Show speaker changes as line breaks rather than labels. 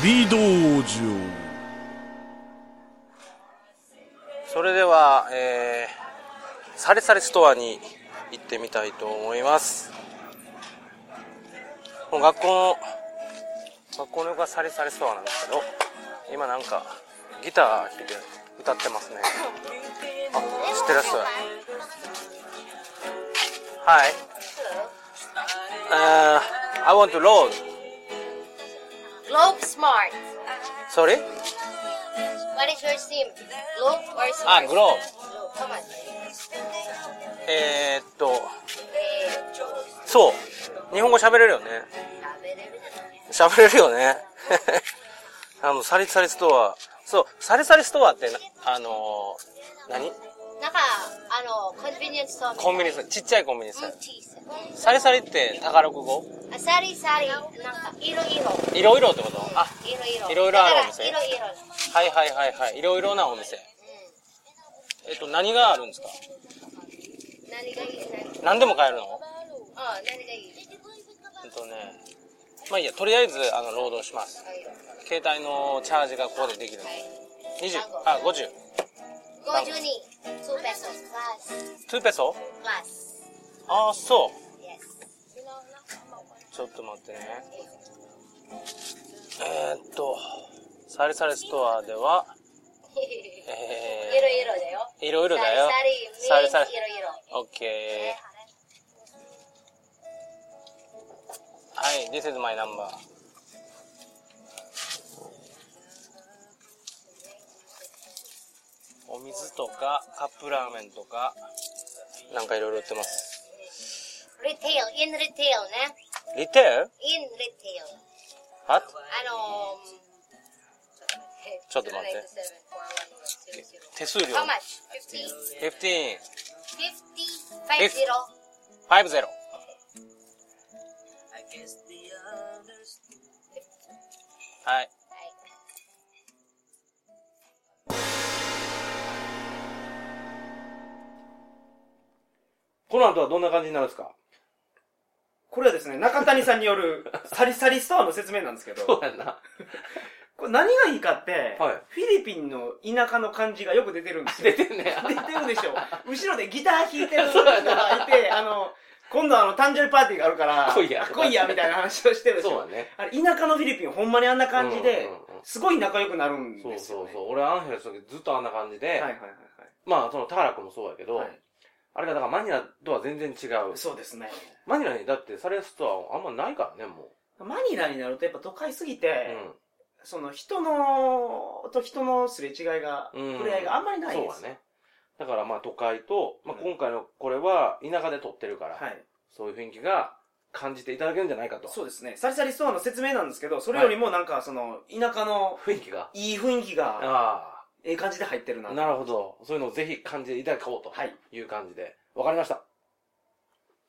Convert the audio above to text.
旅道場
それでは、えー、サレサレストアに行ってみたいと思いますもう学校の学校の横がサレサレストアなんですけど今なんかギター弾いて歌ってますねあ知ってらっしゃるはいあ I want to load
Globe Smart.
sorry
What is your SIM? Globe or Smart?
あグロー
Globe. How much?
ブえー、っとそう日本語喋れるよね喋れるよね あのサリサリストアそうサリサリストアってなあのー何
なんか、あの、コンビニエンスストアみたい
コンビニさんちっちゃいコンビニさ
なんうん小さ
サリサリって宝く語
いあサリサリ、なんか、いろいろ。
いろいろってことあ
いろいろ。
いろいろあるお
だか
店
らいろいろ。
はいはいはいはいいろいろなお店えっと何があるんですか
何がいい何
何でも買えるの
あ何がいい
えっとねまあいいやとりあえずあの労働します
あいいよ
携帯のチャージがここでできる
はい
20あ50
52、2ペソ、プラス、
2ペソ
プラス。
ああそう
Yes.
ちょっと待ってねえー、っとサリサリストアではいえ
ろいろだよ。
ー、いろいろだよ
サリサ
サ
リ、
リ
いろいろ。
オッケーはい、This is my number お水とかカップラーメンとかなんかいろいろ売ってます
リテール、インリテールね。
リテール
インリテール。
あ
あのー、
ちょっと待って手数料
um, How much? 50?
15
50? 50?
50はいこの後はどんな感じになるんですか
これはですね、中谷さんに よるサリサリストアの説明なんですけど、
うやんな
これ何がいいかって、
はい
フィリピンの田舎の感じがよく出てるんです よ。
出てんねや
出てるでしょ。後ろでギター弾い てる人がいて、あの、今度あの、誕生日パーティーがあるから、
来いや
あ来いや、みたいな話をしてるでし
そう
ょ
だ。ね
あれ、田舎のフィリピン、ほんまにあんな感じで
うんうんうん、
すごい仲良くなるん
そう
ですよ、
そ
ね
う。そう俺アンヘルした時ずっとあんな感じで、
はいはいはい
まあそのタラ君もそうやけど、
はい。はい
あれがだからマニラとは全然違う
そうですね。
マニラにだってサレストアあんまないからねも
マニラになるとやっぱ都会すぎ
う、
て、その人の、と人のすれ違いが、
うん
触れ合いがあんまり
うん、
ない
そう
で
だ
す。
ねだからまあ都会と、まあ、
うん
今回のこれは田舎で撮ってるから、
はい。
そういう雰囲気が感じていただけるんじゃないかと
そうですね。サリサリストアの説明なんですけど、それよりもなんかその、田舎の
雰囲気が
いい雰囲気が、
あ
ええ感じで入ってるな
あ
と。
なるほどそういうのをぜひ感じていただこうと
はい。
いう感じでわかりました